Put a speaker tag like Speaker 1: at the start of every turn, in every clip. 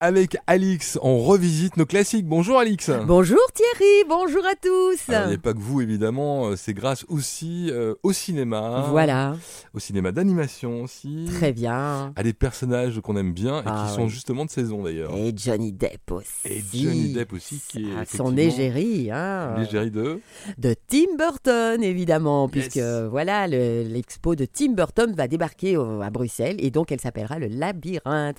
Speaker 1: avec Alix. On revisite nos classiques. Bonjour Alix.
Speaker 2: Bonjour Thierry, bonjour à tous.
Speaker 1: Alors, Il n'y a pas que vous, évidemment. euh, C'est grâce aussi euh, au cinéma.
Speaker 2: Voilà,
Speaker 1: Au cinéma d'animation aussi.
Speaker 2: très bien.
Speaker 1: À des personnages qu'on aime bien et
Speaker 2: Ah,
Speaker 1: qui sont
Speaker 2: oui.
Speaker 1: justement de saison d'ailleurs.
Speaker 2: Et Johnny Depp aussi.
Speaker 1: Oh. Et Johnny Depp aussi, qui est
Speaker 2: Ah,
Speaker 1: effectivement
Speaker 2: Son égérie, hein.
Speaker 1: L'égérie de.
Speaker 2: De Tim Burton, évidemment,
Speaker 1: Yes.
Speaker 2: puisque voilà, le- l'expo de Tim Burton va débarquer au- à Bruxelles et donc elle s'appellera le Labyrinthe.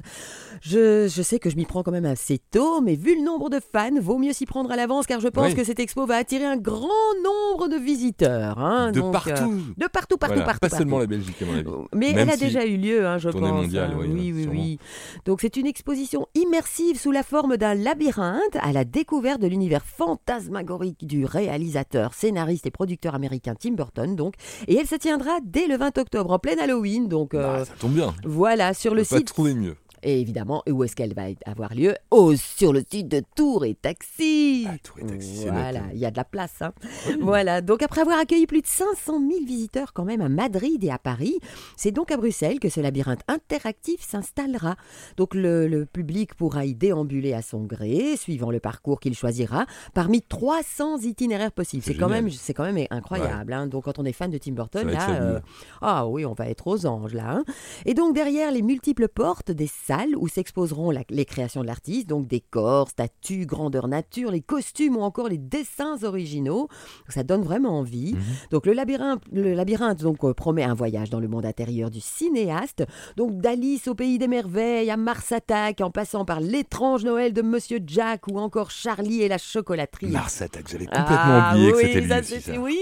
Speaker 2: Je, je sais que je m'y prends quand même assez tôt, mais vu le nombre de fans, vaut mieux s'y prendre à l'avance car je pense
Speaker 1: Oui.
Speaker 2: que cette expo va attirer un grand nombre de visiteurs. hein.
Speaker 1: de
Speaker 2: Donc,
Speaker 1: partout.
Speaker 2: euh, de partout, partout,
Speaker 1: Voilà,
Speaker 2: partout.
Speaker 1: Pas
Speaker 2: partout.
Speaker 1: seulement la Belgique, à mon avis.
Speaker 2: Mais
Speaker 1: Même
Speaker 2: elle a
Speaker 1: si-
Speaker 2: déjà eu lieu, hein, je
Speaker 1: Tournée
Speaker 2: pense.
Speaker 1: mondiale,
Speaker 2: hein.
Speaker 1: oui,
Speaker 2: oui,
Speaker 1: voilà,
Speaker 2: oui, oui. Donc c'est une exposition immersive sous la forme d'un labyrinthe à la découverte de l'univers fantasmagorique du réalisateur, scénariste et producteur américain Tim Burton. Donc, et elle se tiendra dès le 20 octobre en pleine Halloween. Donc euh,
Speaker 1: Bah, ça tombe bien.
Speaker 2: voilà sur
Speaker 1: On
Speaker 2: le
Speaker 1: peut pas
Speaker 2: site.
Speaker 1: trouver mieux.
Speaker 2: Et évidemment, où est-ce qu'elle va avoir lieu Oh, sur le site de Tour et Taxi.
Speaker 1: Ah, Tour et Taxi, c'est
Speaker 2: Voilà,
Speaker 1: noté.
Speaker 2: il y a de la place. hein. Voilà, donc après avoir accueilli plus de 500 000 visiteurs quand même à Madrid et à Paris, c'est donc à Bruxelles que ce labyrinthe interactif s'installera. Donc le, le public pourra y déambuler à son gré, suivant le parcours qu'il choisira, parmi 300 itinéraires possibles.
Speaker 1: C'est
Speaker 2: C'est quand
Speaker 1: génial.
Speaker 2: même, c'est quand même incroyable. hein. Donc quand on est fan de Tim
Speaker 1: Ça
Speaker 2: Burton,
Speaker 1: va être
Speaker 2: là,
Speaker 1: fabuleux.
Speaker 2: euh, ah oui, on va être aux anges là. hein. Et donc derrière les multiples portes des salles où s'exposeront la- les créations de l'artiste, donc décors, statues, grandeur nature, les costumes ou encore les dessins originaux. Ça donne vraiment envie.
Speaker 1: Mhm.
Speaker 2: Donc le labyrinthe, le labyrinthe donc euh, promet un voyage dans le monde intérieur du cinéaste. Donc d'Alice au pays des merveilles à Mars Attack, en passant par l'étrange Noël de Monsieur Jack ou encore Charlie et la chocolaterie.
Speaker 1: Mars Attack, j'avais complètement
Speaker 2: Ah,
Speaker 1: oublié que
Speaker 2: oui,
Speaker 1: c'était lui
Speaker 2: ça,
Speaker 1: aussi,
Speaker 2: c'était-
Speaker 1: ça.
Speaker 2: Oui,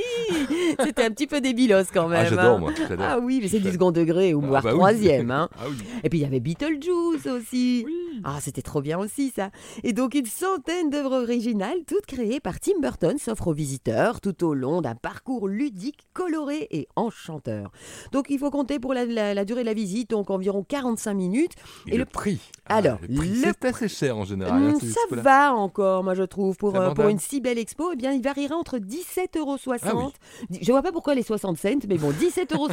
Speaker 2: c'était un petit peu débilos quand même.
Speaker 1: Ah,
Speaker 2: hein.
Speaker 1: j'adore, moi. J'adore.
Speaker 2: Ah oui, mais c'est
Speaker 1: Je-
Speaker 2: du second degré, ou
Speaker 1: Ah,
Speaker 2: voire
Speaker 1: bah oui.
Speaker 2: troisième. hein.
Speaker 1: Ah oui.
Speaker 2: Et puis il y avait Beetlejuice aussi. Ah, c'était trop bien aussi ça. Et donc une centaine d'œuvres originales, toutes créées par Tim Burton, s'offrent aux visiteurs tout au long d'un parcours ludique, coloré et enchanteur. Donc il faut compter pour la, la- la durée de la visite, donc environ 45 minutes.
Speaker 1: Et, le prix Ah,
Speaker 2: Alors,
Speaker 1: le prix,
Speaker 2: le
Speaker 1: c'est assez cher en général. hein,
Speaker 2: Hum,
Speaker 1: ces
Speaker 2: ça
Speaker 1: expos-là.
Speaker 2: va encore, moi je trouve, pour,
Speaker 1: C'est
Speaker 2: euh, pour
Speaker 1: abordable.
Speaker 2: une si belle expo. Eh bien, il variera entre 17,60 euros.
Speaker 1: Ah
Speaker 2: Je vois pas pourquoi les 60 cents, mais bon, 17,60 euros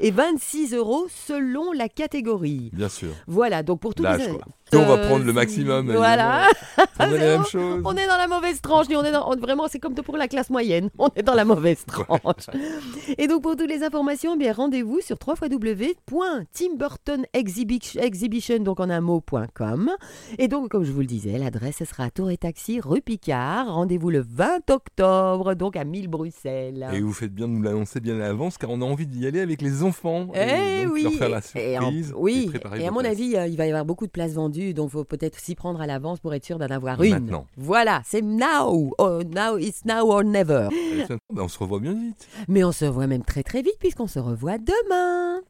Speaker 2: et 26 euros selon la catégorie.
Speaker 1: Bien sûr.
Speaker 2: Voilà, donc pour tous les...
Speaker 1: L'âge, quoi. Et on va
Speaker 2: Euh,
Speaker 1: prendre le maximum.
Speaker 2: Voilà,
Speaker 1: évidemment. On a
Speaker 2: Ah, C'est
Speaker 1: la même
Speaker 2: bon.
Speaker 1: chose.
Speaker 2: on est dans la mauvaise tranche, nous, on est dans- on- vraiment, c'est comme pour la classe moyenne, on est dans la mauvaise tranche. Et donc pour toutes les informations, eh bien rendez-vous sur www.timburtonexhibition, donc en un mot.com. Et donc, comme je vous le disais, l'adresse ce sera à Tour et Taxi, rue Picard, rendez-vous le 20 octobre, donc à 1000 Bruxelles.
Speaker 1: Et vous faites bien de nous l'annoncer bien à l'avance car on a envie d'y aller avec les enfants.
Speaker 2: Eh
Speaker 1: et donc
Speaker 2: oui,
Speaker 1: leur faire la
Speaker 2: et en-
Speaker 1: surprise.
Speaker 2: oui,
Speaker 1: préparer
Speaker 2: et à
Speaker 1: vos
Speaker 2: mon
Speaker 1: places.
Speaker 2: avis, euh, il va y avoir beaucoup de places vendues, donc faut peut-être s'y prendre à l'avance pour être sûr d'en avoir une.
Speaker 1: Maintenant.
Speaker 2: Voilà, c'est now, Oh, now it's now or never.
Speaker 1: À la semaine- Bah, on Eh se revoit bien vite.
Speaker 2: Mais on se revoit même très très vite puisqu'on se revoit demain.